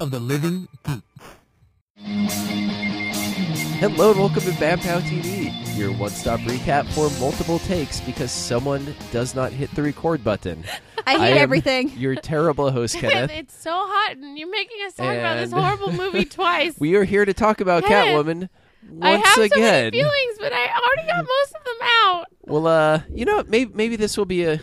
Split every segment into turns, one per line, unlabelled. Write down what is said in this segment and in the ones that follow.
of the living geek.
Hello and welcome to Bampow TV, your one-stop recap for multiple takes because someone does not hit the record button.
I hate
am
everything.
Your terrible host, Kenneth.
Kenneth, it's so hot, and you're making us talk about this
And-
horrible movie twice.
We are here to talk about
Kenneth,
Catwoman
I
once
have so
again.
many feelings, but I already got most of them out.
well, uh, you know, maybe maybe this will be a.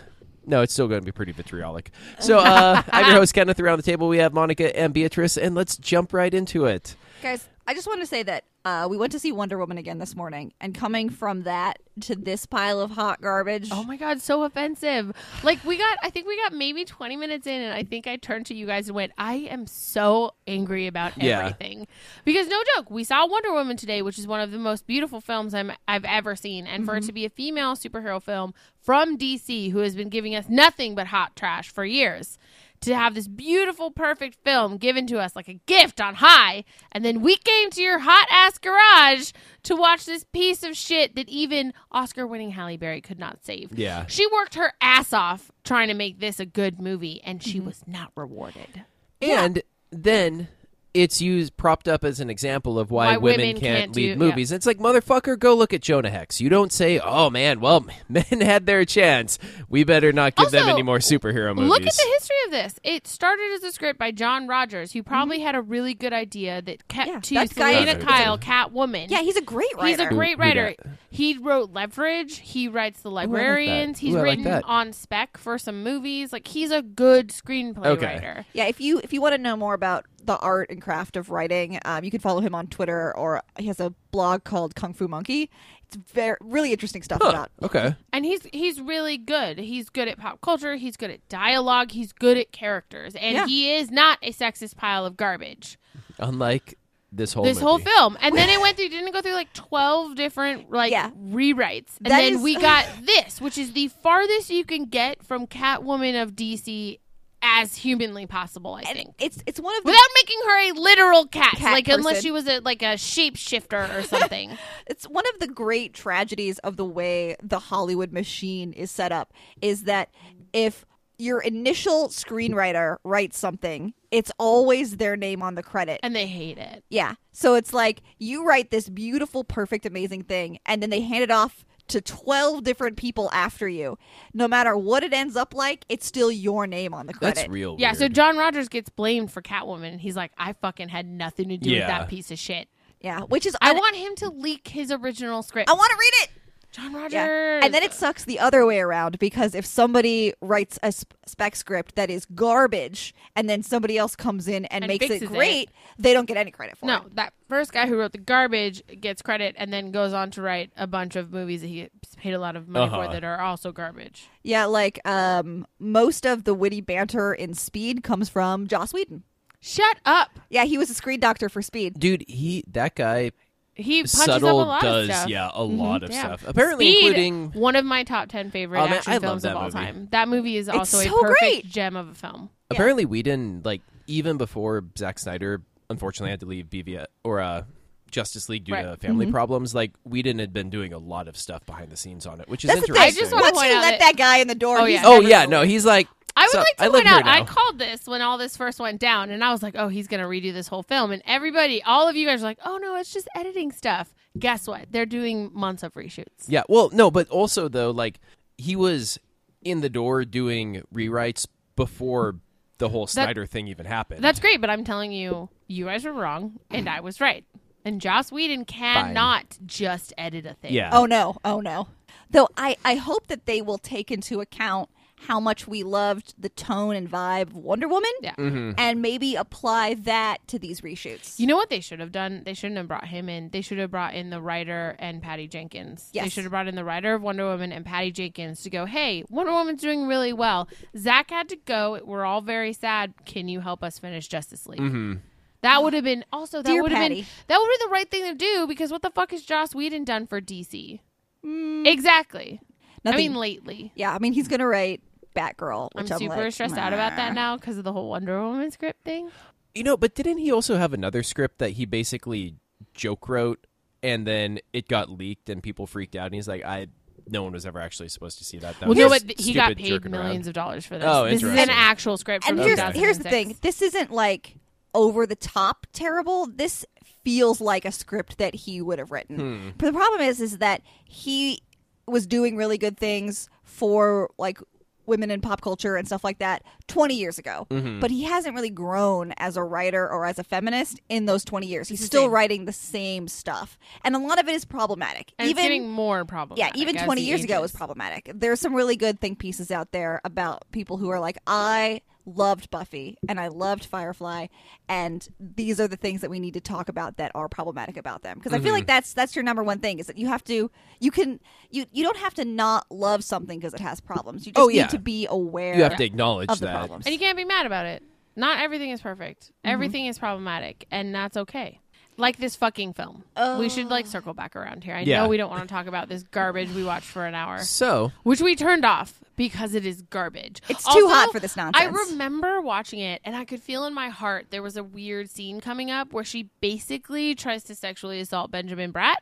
No, it's still going to be pretty vitriolic. So uh, I'm your host, Kenneth. Around the table, we have Monica and Beatrice, and let's jump right into it.
Guys, I just want to say that uh, we went to see Wonder Woman again this morning, and coming from that to this pile of hot garbage.
Oh my god, so offensive! Like we got, I think we got maybe 20 minutes in, and I think I turned to you guys and went, "I am so angry about
Yeah.
everything," because no joke, we saw Wonder Woman today, which is one of the most beautiful films I'm, I've ever seen, and for it to be a female superhero film from DC, who has been giving us nothing but hot trash for years. To have this beautiful, perfect film given to us like a gift on high, and then we came to your hot ass garage to watch this piece of shit that even Oscar winning Halle Berry could not save.
Yeah.
She worked her ass off trying to make this a good movie, and she was not rewarded.
And then it's used propped up as an example of why,
Why
women,
women
can't,
can't
lead
do-
movies. It's like motherfucker, go look at Jonah Hex. You don't say, "Oh man, well men had their chance. We better not give them
Also,
any more superhero movies."
Look at the history of this. It started as a script by John Rogers, who probably had a really good idea that kept
Mm-hmm. Yeah,
to
that guy-
Selena
John
Kyle, Catwoman.
yeah, he's a great writer.
He's a great
Who- who dat?
writer. He wrote Leverage. He writes The Librarians. He's
Ooh, I like
written
that.
on spec for some movies. Like he's a good screenplay
Okay.
writer.
yeah, if you if you want to know more about the art and craft of writing, um, you can follow him on Twitter or he has a blog called Kung Fu Monkey. It's very really interesting stuff
Huh,
about
okay.
And he's he's really good. He's good at pop culture. He's good at dialogue. He's good at characters, and
Yeah.
he is not a sexist pile of garbage.
Unlike this whole
this
movie.
whole film, and then it went through. Didn't it go through like twelve different like
Yeah.
rewrites, and
That
then
is-
we got this, which is the farthest you can get from Catwoman of DC as humanly possible. I
and
think.
it's it's one of the
Without making her a literal cat,
Cat
like unless
person.
she was a, like a shapeshifter or something.
it's one of the great tragedies of the way the Hollywood machine is set up is that if your initial screenwriter writes something, it's always their name on the credit.
and they hate it.
Yeah. So it's like you write this beautiful, perfect, amazing thing, and then they hand it off to 12 different people after you. No matter what it ends up like, it's still your name on the credit.
That's real.
Yeah, so
weird.
John Rogers gets blamed for Catwoman, and he's like, I fucking had nothing to do
Yeah.
with that piece of shit.
Yeah. Which is,
I want him to leak his original script.
I want to read it.
John Rogers.
Yeah. And then it sucks the other way around because if somebody writes a sp- spec script that is garbage and then somebody else comes in and,
And
makes it
fixes it.
great, they don't get any credit for
no,
it.
that first guy who wrote the garbage gets credit, and then goes on to write a bunch of movies that he gets paid a lot of money
Uh-huh.
for that are also garbage.
Yeah, like um, most of the witty banter in Speed comes from Joss Whedon.
Shut up.
Yeah, he was a screen doctor for Speed.
dude, he that guy
He punches
subtle
up a lot
does
of stuff.
yeah, a lot of
Yeah.
stuff. Apparently
Speed,
including
one of my top ten favorite
Oh, man,
action
I love
films
that
of all
movie.
time. That movie is also
so
a perfect
great.
gem of a film.
apparently we didn't like even before Zack Snyder unfortunately had to leave BVS or uh Justice League due
Right. Mm-hmm.
to family problems. Like Whedon had been doing a lot of stuff behind the scenes on it, which is
That's the thing.
interesting.
I just wanna
Once
point
you
out
let
that-
that guy in the door,
Oh,
he's
yeah.
oh
never
yeah,
gonna
no,
leave.
he's like
I would
"Sup,
like to
I live
point
here
out. I
now."
called this when all this first went down, and I was like, "Oh, he's going to redo this whole film." And everybody, all of you guys, are like, "Oh no, it's just editing stuff." Guess what? They're doing months of reshoots.
Yeah, well, no, but also though, like he was in the door doing rewrites before the whole Snyder thing even happened.
That's great, but I'm telling you, you guys were wrong, and I was right. And Joss Whedon cannot just edit a thing.
yeah.
Oh no, oh no. Though I, I hope that they will take into account how much we loved the tone and vibe of Wonder Woman
Yeah.
and maybe apply that to these reshoots.
You know what they should have done? They shouldn't have brought him in. They should have brought in the writer and Patty Jenkins. They
Yes.
should have brought in the writer of Wonder Woman and Patty Jenkins to go, hey, Wonder Woman's doing really well. Zach had to go. We're all very sad. Can you help us finish Justice League?
Mm-hmm.
That would have been also that
Dear
would have been
Patty.
that would have been the right thing to do because what the fuck has Joss Whedon done for DC? Exactly.
Mm. Nothing-
I mean lately.
yeah, I mean he's gonna write Batgirl,
I'm
which
super
like,
stressed out about that now because of the whole Wonder Woman script thing.
You know, but didn't he also have another script that he basically joke wrote and then it got leaked and people freaked out and he's like, I no one was ever actually supposed to see that. that
Well,
was
you know what?
just
He got
stupid
paid
jerking around."
millions of dollars for this.
Oh,
this is an
interesting.
actual script.
And
from
here's
2006.
here's the thing. This isn't like over the top terrible. This feels like a script that he would have written. But the problem is is that he was doing really good things for like women in pop culture and stuff like that 20 years ago. But he hasn't really grown as a writer or as a feminist in those 20 years. He's still
same.
writing the same stuff. And a lot of it is problematic.
And
even
it's getting more problematic.
yeah, even
as
20
he
years ago it
ages.
was problematic. There's some really good think pieces out there about people who are like, I loved Buffy and I loved Firefly, and these are the things that we need to talk about that are problematic about them. Because I feel
Mm-hmm.
like that's that's your number one thing is that you have to you can you you don't have to not love something because it has problems. You just
Oh,
need
yeah.
to be aware.
You have
er,
to acknowledge
of the
that.
problems.
And you can't be mad about it. Not everything is perfect.
Mm-hmm.
Everything is problematic, and that's okay. Like this fucking film. We should
Oh.
like circle back around here. I
Yeah.
know we don't want to talk about this garbage we watched for an hour,
So
which we turned off because it is garbage.
It's too hot for this nonsense.
I remember watching it, and I could feel in my heart there was a weird scene coming up where she basically tries to sexually assault Benjamin Bratt.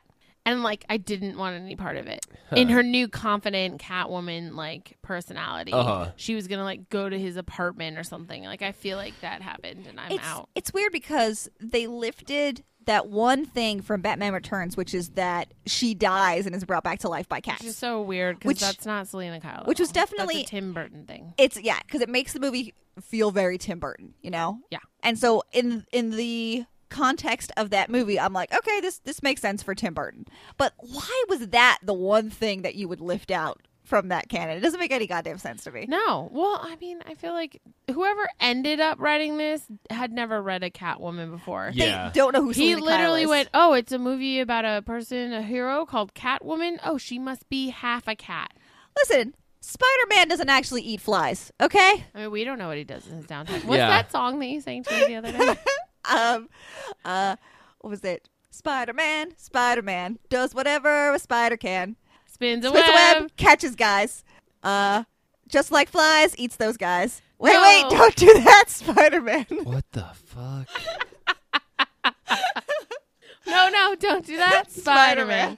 And like I didn't want any part of it. In her new confident Catwoman like personality,
Uh-huh.
she was gonna like go to his apartment or something. Like I feel like that happened, and I'm
it's,
out.
It's weird because they lifted that one thing from Batman Returns, which is that she dies and is brought back to life by cats.
Which is so weird because
Which-
that's not Selena Kyle. at
which was
all. That's a
definitely-
Tim Burton thing.
it's yeah because it makes the movie feel very tim burton you know
Yeah.
and so in in the context of that movie i'm like okay this this makes sense for tim burton but why was that the one thing that you would lift out from that canon it doesn't make any goddamn sense to me
No. Well, I mean, I feel like whoever ended up writing this had never read a Catwoman before.
Yeah.
they don't know who
He
Selena Kyle
literally
is.
went, "Oh, it's a movie about a person, a hero called Catwoman. Oh, she must be half a cat."
listen spider-man doesn't actually eat flies okay
I mean, we don't know what he does in his downtime. What's
Yeah.
that song that you sang to me the other day?
um uh what was it spider-man spider-man does whatever a spider can
Spins a
Spins a
web.
web, catches guys. Uh, just like flies, eats those guys. Wait,
No.
wait, don't do that, Spider Man.
what the fuck?
No, no, don't do that, Spider Man.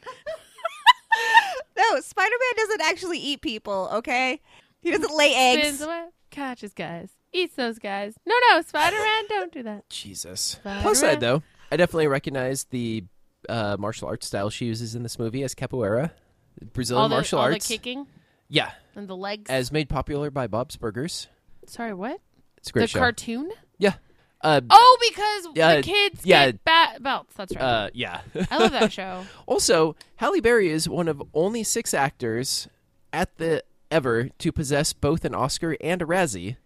no, Spider Man doesn't actually eat people, okay? He doesn't lay
Spins
eggs.
a web, catches guys, eats those guys. No, no, Spider Man, don't do that.
Jesus.
Spider-Man.
Plus side though, I definitely recognize the uh, martial arts style she uses in this movie as capoeira, Brazilian
all the,
martial
all
arts.
the kicking
Yeah,
and the legs.
as made popular by Bob's Burgers.
Sorry, what?
It's a great
the
show.
cartoon?
yeah. Uh,
Oh, because
Yeah,
the kids
yeah.
get bat belts. That's right.
uh, yeah.
I love that show.
also, Halle Berry is one of only six actors at the ever to possess both an Oscar and a Razzie,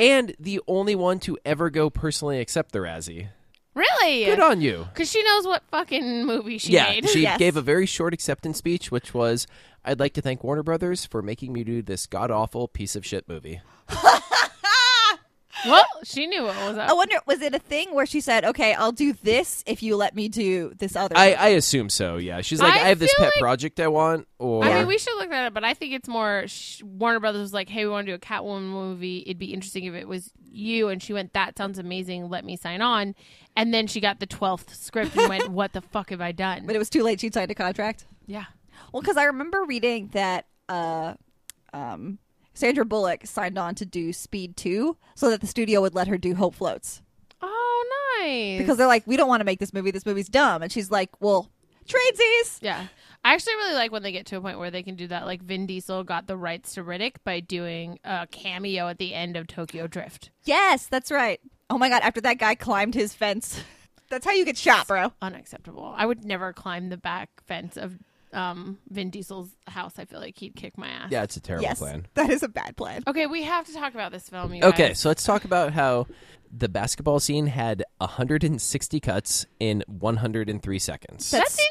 and the only one to ever go personally accept the Razzie.
Really?
Good on you.
Because she knows what fucking movie she
yeah,
made.
she
Yes.
gave a very short acceptance speech, which was, "I'd like to thank Warner Brothers for making me do this god awful piece of shit movie."
well, she knew what was up.
I
Oh,
wonder, was it a thing where she said, okay, I'll do this if you let me do this other
I,
one?
I assume so. Yeah, she's like,
I
"I, have this
feel
pet
like-
project I want," or
I mean, we should look that up, but I think it's more sh- Warner Brothers was like, "Hey, we want to do a Catwoman movie. It'd be interesting if it was you." And she went, "That sounds amazing. Let me sign on." And then she got the twelfth script and went, "What the fuck have I done?"
But it was too late. She signed a contract.
yeah,
Well, because I remember reading that uh, um, Sandra Bullock signed on to do Speed 2 so that the studio would let her do Hope Floats.
oh, nice.
because they're like, we don't want to make this movie. This movie's dumb. And she's like, well, tradesies.
yeah, I actually really like when they get to a point where they can do that. Like Vin Diesel got the rights to Riddick by doing a cameo at the end of Tokyo Drift.
Yes, that's right. Oh my god! After that guy climbed his fence, that's how you get shot, bro.
Unacceptable. I would never climb the back fence of um, Vin Diesel's house. I feel like he'd kick my ass.
yeah, it's a terrible
yes,
plan.
that is a bad plan.
Okay, we have to talk about this film. You
Okay,
guys.
so let's talk about how the basketball scene had 160 cuts in 103 seconds.
That's insane.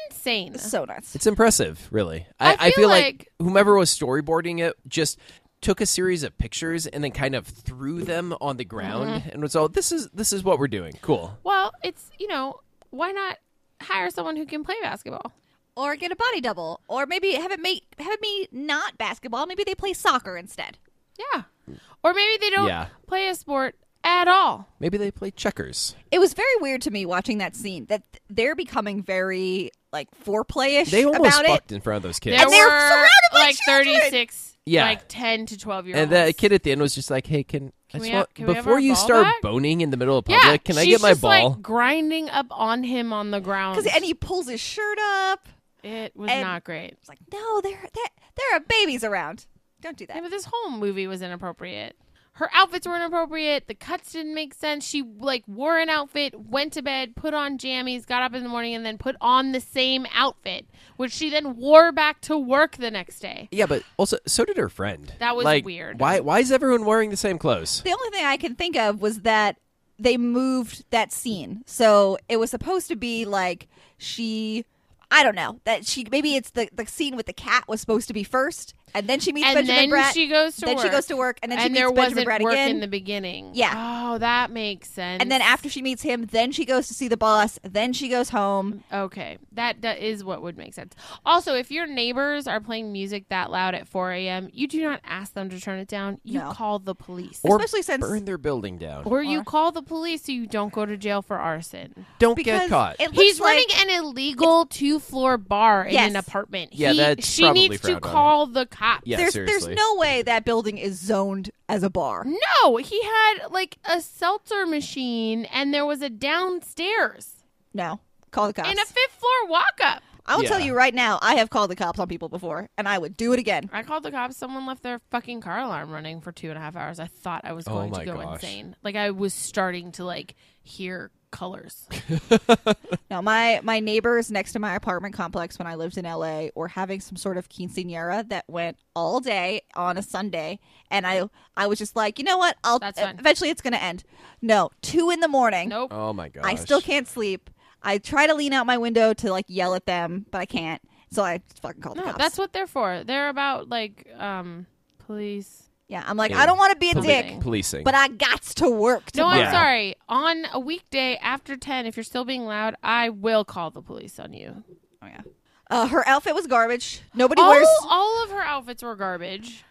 So nuts.
it's impressive, really.
I feel like-
whomever was storyboarding it just took a series of pictures and then kind of threw them on the ground
Mm-hmm.
and was all this is this is what we're doing. Cool.
Well, it's you know why not hire someone who can play basketball?
Or get a body double, or maybe have it make have it be not basketball. Maybe they play soccer instead.
Yeah, or maybe they don't
Yeah.
play a sport at all.
Maybe they play checkers.
It was very weird to me watching that scene that they're becoming very like foreplayish
They almost
about it.
fucked in front of those kids.
And they're surrounded by
like
children!
thirty six,
Yeah.
like ten to twelve year olds.
and that kid at the end was just like, "Hey, can I just
we have-
want-
can we have
before
our
you
ball
start
back?
boning in the middle of
Yeah,
public, can I
she's
get my
just,
ball?
Like, grinding up on him on the ground.
Because and he pulls his shirt up.
it was
and-
not great.
It's like, no, there, there, there are babies around. Don't do
Yeah,
that.
but this whole movie was inappropriate. Her outfits were inappropriate. The cuts didn't make sense. She like wore an outfit, went to bed, put on jammies, got up in the morning, and then put on the same outfit, which she then wore back to work the next day.
yeah, but also so did her friend.
That was
Like,
weird.
Why why is everyone wearing the same clothes?
The only thing I can think of was that they moved that scene. So it was supposed to be like she, I don't know, that she, maybe it's the, the scene with the cat was supposed to be first. And then she meets
And
Benjamin
then
Bratt.
she goes to
then
work.
she goes to work. And then she
and
meets
there
Benjamin
wasn't
Bratt
work
again.
in the beginning.
Yeah.
Oh, that makes sense.
and then after she meets him, then she goes to see the boss. Then she goes home.
Okay, that, that is what would make sense. Also, if your neighbors are playing music that loud at 4 a.m., you do not ask them to turn it down. You
No.
call the police.
Or
Especially since-
burn their building down.
Or you
Or-
call the police so you don't go to jail for arson.
Don't
Because
get caught.
it looks
He's
like,
running an illegal two floor bar in
Yes.
an apartment.
Yeah,
He-
that's
she
probably
needs to
frowned on.
call the cops.
Yeah,
there's
seriously.
there's no way that building is zoned as a bar.
No, he had like a seltzer machine and there was a downstairs
No, call the cops.
and a fifth floor walk up.
I will tell
Yeah.
you right now, I have called the cops on people before, and I would do it again.
I called the cops. Someone left their fucking car alarm running for two and a half hours. I thought I was
Oh
going
my
to go
gosh.
insane. Like I was starting to like hear colors.
No, my my neighbors next to my apartment complex when I lived in LA were having some sort of quinceanera that went all day on a Sunday, and I I was just like, you know what? I'll e-"
That's fine.
eventually it's gonna end. No, two in the morning.
Nope.
oh my gosh.
I still can't sleep. I try to lean out my window to like yell at them, but I can't. So I just fucking call the
no,
cops.
that's what they're for. They're about like um police.
yeah, I'm like,
Yeah.
I don't want to be a
Policing.
dick,
Policing.
but I got to work.
No, I'm
Tomorrow.
Yeah.
sorry. On a weekday after 10, if you're still being loud, I will call the police on you.
Oh, yeah. Uh, her outfit was garbage. Nobody
All,
wears.
all of her outfits were garbage.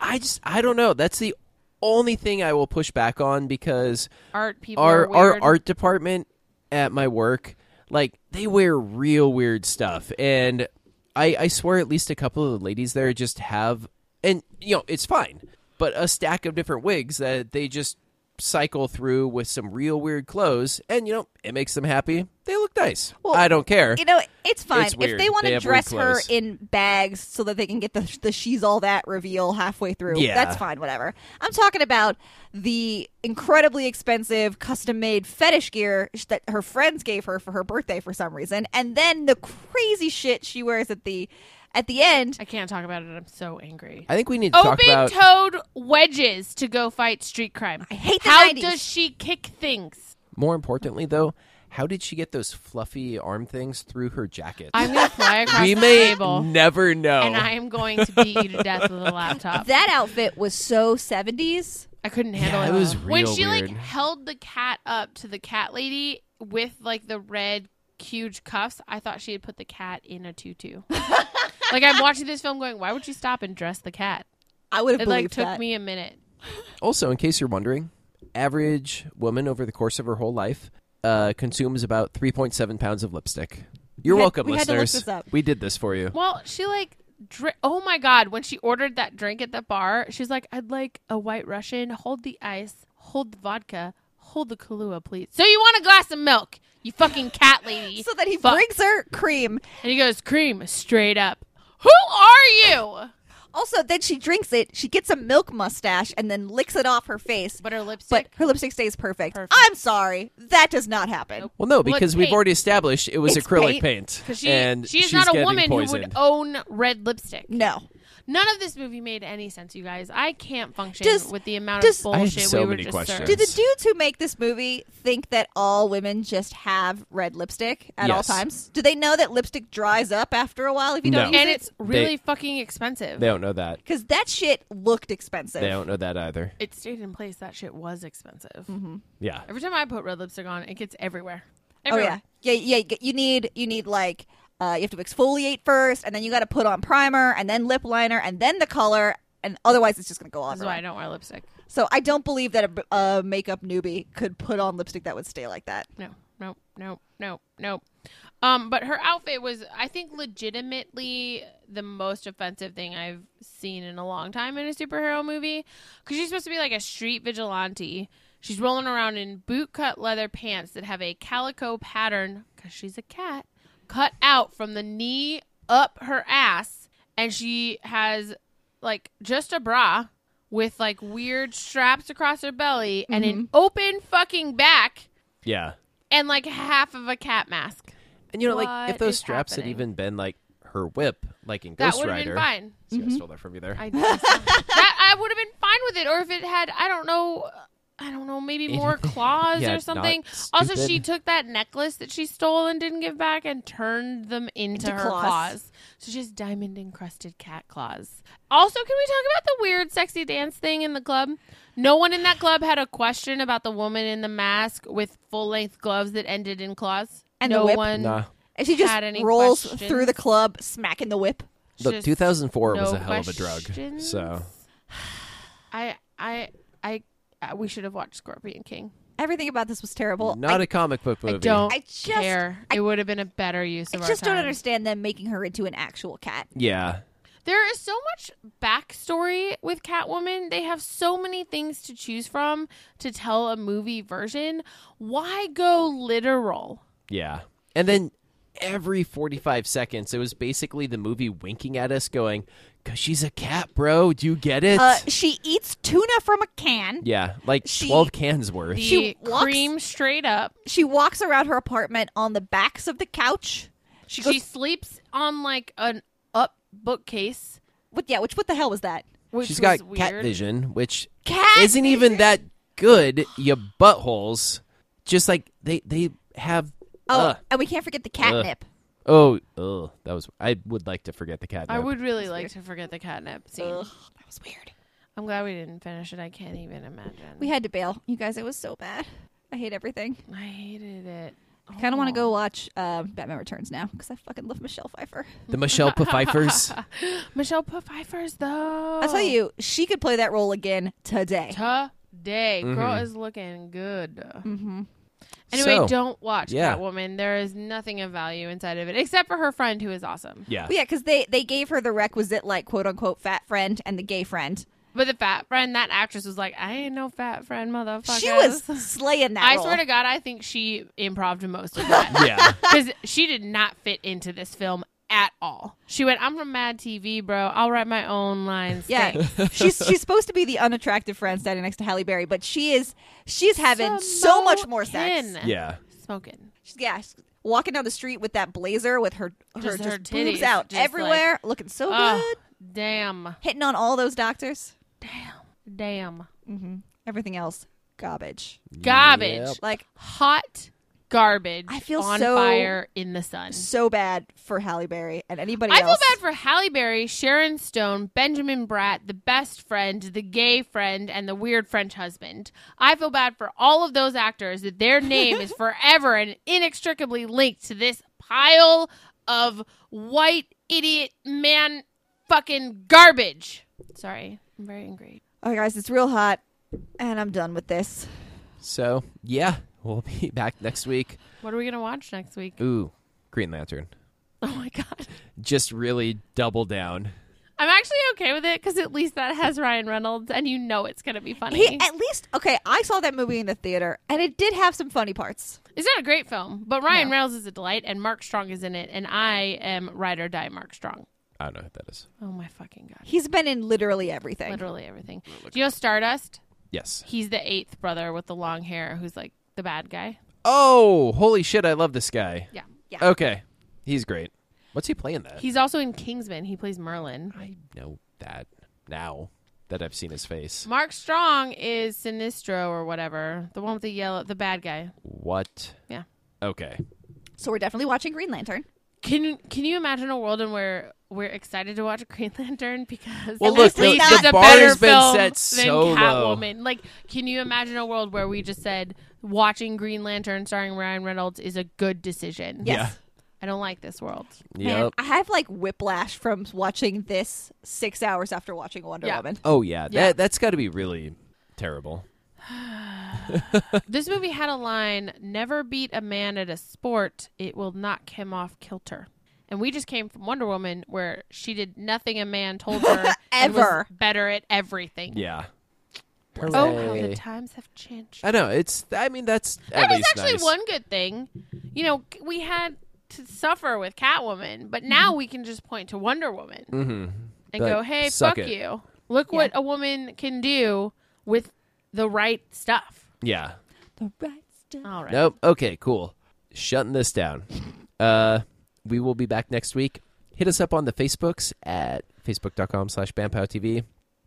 I just I don't know. That's the only thing I will push back on because
Art people
our
are
our
weird.
art department at my work, like they wear real weird stuff, and I I swear at least a couple of the ladies there just have, and you know it's fine, but a stack of different wigs that they just cycle through with some real weird clothes, and you know it makes them happy. They look nice.
Well,
I don't care.
You know, it's fine
It's
if
weird.
they want
They
to
have
dress
weird
her
clothes.
in bags so that they can get the the she's all that reveal halfway through.
Yeah.
that's fine. Whatever. I'm talking about the incredibly expensive custom made fetish gear sh- that her friends gave her for her birthday for some reason, and then the crazy shit she wears at the at the end.
I can't talk about it. I'm so angry.
I think we need to talk
Open
about.
toed wedges to go fight street crime. I
hate the
How
90s.
does she kick things?
more importantly, though, how did she get those fluffy arm things through her jacket?
I'm going to fly across
we
the
may
table
never know.
and I am going to beat you to death with a laptop.
That outfit was so 70s.
I couldn't handle
Yeah,
it.
it was
when
real
she like
weird.
held the cat up to the cat lady with like the red huge cuffs. I thought she had put the cat in a tutu. like I'm watching this film, going, why would she stop and dress the cat?
I would have
It
believed
like took
that.
me a minute.
Also, in case you're wondering, average woman over the course of her whole life uh, consumes about 3.7 pounds of lipstick. You're
We had-
welcome,
we had to look
listeners.
this up.
We did this for you.
Well, she like. Dri- oh my god! When she ordered that drink at the bar, she's like, "I'd like a White Russian. Hold the ice. Hold the vodka. Hold the Kahlua, please." So you want a glass of milk? You fucking cat lady.
So that he
Fuck.
brings her cream.
and he goes, "Cream, straight up. Who are you?"
Also, then she drinks it. She gets a milk mustache and then licks it off her face.
But her lipstick.
But her lipstick stays perfect.
Perfect.
I'm sorry, that does not happen.
Well, no,
Well, it's
because we've
paint.
already established it was
It's
acrylic
paint.
paint,
Because she,
and
she is
she's
not a
getting
woman
poisoned.
who would own red lipstick.
No,
None of this movie made any sense, you guys. I can't function
Does-
with the amount
does-
of
I have
bullshit
so
we were
many
just
questions.
served.
do the dudes who make this movie think that all women just have red lipstick at all
Yes.
times? Do they know that lipstick dries up after a while if you
No.
don't use
and
it?
it's really fucking expensive.
They don't know that.
because that shit looked expensive. Oh,
They don't know that either.
It stayed in place. That shit was expensive.
Yeah.
Every time I put red lipstick on, it gets everywhere.
oh
everywhere.
yeah, yeah, yeah. you- You need you need like uh, you have to exfoliate first, and then you got to put on primer, and then lip liner, and then the color, and otherwise it's just gonna go on.
That's why I don't wear lipstick.
So I don't believe that a, b- a makeup newbie could put on lipstick that would stay like that.
No, no, no, no, no. Um, but her outfit was, I think, legitimately the most offensive thing I've seen in a long time in a superhero movie. Because she's supposed to be like a street vigilante. She's rolling around in boot cut leather pants that have a calico pattern, because she's a cat, cut out from the knee up her ass. And she has like just a bra with like weird straps across her belly and an open fucking back
Yeah.
and like half of a cat mask.
And you know, like if
What
those
is
straps
happening?
had even been like her whip, like in
That
Ghost
would have
Rider.
been fine. Mm-hmm.
See, I stole that from you there.
I that I would have been fine with it, or if it had, I don't know, I don't know, maybe more
Anything.
claws
Yeah,
or
not
something. Also,
stupid.
she took that necklace that she stole and didn't give back and turned them into,
Into
her claws.
claws.
So she has diamond encrusted cat claws. Also, can we talk about the weird sexy dance thing in the club? No one in that club had a question about the woman in the mask with full length gloves that ended in claws.
And
no
the whip.
one.
nah.
And she just
Had any
rolls
questions?
through the club, smacking the whip.
Look,
just-
2004 was
no
a hell of a drug.
questions.
So
I, I, I, I we should have watched Scorpion King.
Everything about this was terrible.
not
I,
a comic book movie.
I don't
I just-
care.
I-
it would have been a better use
I
of our
just don't
time.
understand them making her into an actual cat.
Yeah.
There is so much backstory with Catwoman. They have so many things to choose from to tell a movie version. Why go literal?
Yeah. And then every 45 seconds, it was basically the movie winking at us, going, Because she's a cat, bro. Do you get it?
Uh, she eats tuna from a can.
yeah. Like
she-
12 cans worth.
The
She walks-
cream straight up.
She walks around her apartment on the backs of the couch. She goes,
She sleeps on like an up bookcase,
what, yeah, which what the hell was that?
which
she's
was
got
weird.
cat vision, which
Cat
isn't even that good, you buttholes. Just like they, they have.
Oh,
Ugh.
and we can't forget the catnip.
Oh, ugh, that was. I would like to forget the cat.
I
nap.
would really like to forget the catnip scene.
Ugh, that was weird.
I'm glad we didn't finish it. I can't even imagine.
We had to bail, you guys. It was so bad. I hate everything.
I hated it. Oh.
I kind of want to go watch uh, Batman Returns now because I fucking love Michelle Pfeiffer.
The Michelle Pfeiffer's.
Michelle Pfeiffer's though.
I tell you, she could play that role again today.
today. Girl
Mhm.
is looking good.
mm-hmm.
Anyway,
So,
don't watch
yeah.
Catwoman. There is nothing of value inside of it except for her friend who is awesome.
Yeah.
yeah, because they they gave her the requisite like quote unquote fat friend and the gay friend.
But the fat friend, that actress was like, I ain't no fat friend, motherfucker.
She was slaying that.
I
role.
swear to God, I think she improved most of that
Yeah.
because she did not fit into this film at all. She went, "I'm from Mad TV, bro. I'll write my own lines."
Yeah,
Thanks."
she's she's supposed to be the unattractive friend standing next to Halle Berry, but she is she's having so much more sex.
Smokin'.
Yeah.
smoking.
She's, yeah, she's walking down the street with that blazer with her her
Just
just,
her titties,
boobs out
just
everywhere, looking so
Ugh.
Oh, good,
damn,
hitting on all those doctors.
damn,
hmm Everything else, garbage.
garbage.
Yep.
Like
hot garbage
I feel
on
so-
fire in the sun.
so bad for Halle Berry and anybody
I feel
else.
bad for Halle Berry, Sharon Stone, Benjamin Bratt, the best friend, the gay friend, and the weird French husband. I feel bad for all of those actors that their name is forever and inextricably linked to this pile of white idiot man fucking garbage. Sorry, I'm very angry.
All right, guys, it's real hot, and I'm done with this.
So yeah, we'll be back next week.
What are we gonna watch next week?
Ooh, Green Lantern.
Oh my god.
Just really double down.
I'm actually okay with it because at least that has Ryan Reynolds, and you know it's gonna be funny.
He at least okay. I saw that movie in the theater, and it did have some funny parts.
It's not a great film, but Ryan Reynolds is a delight, and Mark Strong is in it, and I am ride or die Mark Strong.
I don't know what that is.
Oh my fucking god!
He's been in literally everything.
Literally everything. Do you know Stardust?
Yes.
He's the eighth brother with the long hair, who's like the bad guy.
Oh, holy shit! I love this guy.
Yeah,
Yeah.
Okay, he's great. What's he playing that?
he's also in Kingsman. He plays Merlin.
I know that now that I've seen his face.
Mark Strong is Sinistro or whatever, the one with the yellow, the bad guy.
What?
Yeah.
Okay.
So we're definitely watching Green Lantern.
Can Can you imagine a world in where we're excited to watch Green Lantern because
Well,
at
look,
least
the-
it's
the
a
bar
better
has been
film
set
than
so low.
Catwoman. Like, can you imagine a world where we just said watching Green Lantern starring Ryan Reynolds is a good decision?
Yes.
I don't like this world.
Man,
Yep.
I have like whiplash from watching this six hours after watching Wonder
Yeah.
Woman.
Oh yeah.
Yeah.
That that's got to be really terrible.
This movie had a line Never beat a man at a sport, it will knock him off kilter. And we just came from Wonder Woman, where she did nothing a man told her and was
Ever.
better at everything.
Yeah.
Oh, how the
Hooray.
times have changed.
I know it's. I mean, that's at
that is
least
actually
nice.
one good thing. You know, c- we had to suffer with Catwoman, but now we can just point to Wonder Woman
Mm-hmm.
and
Like,
go, "Hey,
suck
fuck
it."
you! Look what a woman can do with the right stuff."
Yeah.
The right stuff.
All right.
Nope. Okay. Cool. Shutting this down. Uh, we will be back next week. Hit us up on the Facebooks at facebook.com slash BamPowTV.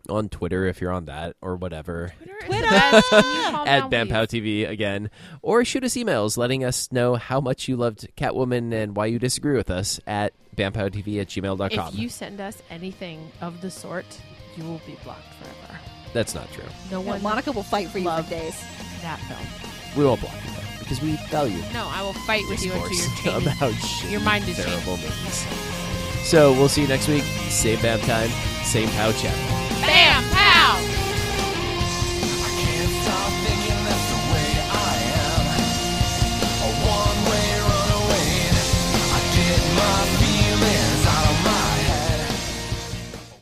On Twitter if you're on that or whatever.
Twitter. Is
Twitter!
the best. Can you calm
At
down,
BamPow
please?
TV again. Or shoot us emails letting us know how much you loved Catwoman and why you disagree with us at BamPowTV at gmail.com.
If you send us anything of the sort, you will be blocked forever.
That's not true.
No
Well,
one
Monica will fight for you
Love.
for days.
that film.
We won't block you though, because we value
No, I will fight with you until
discourse
you're changing.
about shitty,
Your mind is
terrible movies. So we'll see you next week. Same BAM time, same POW channel.
Bam!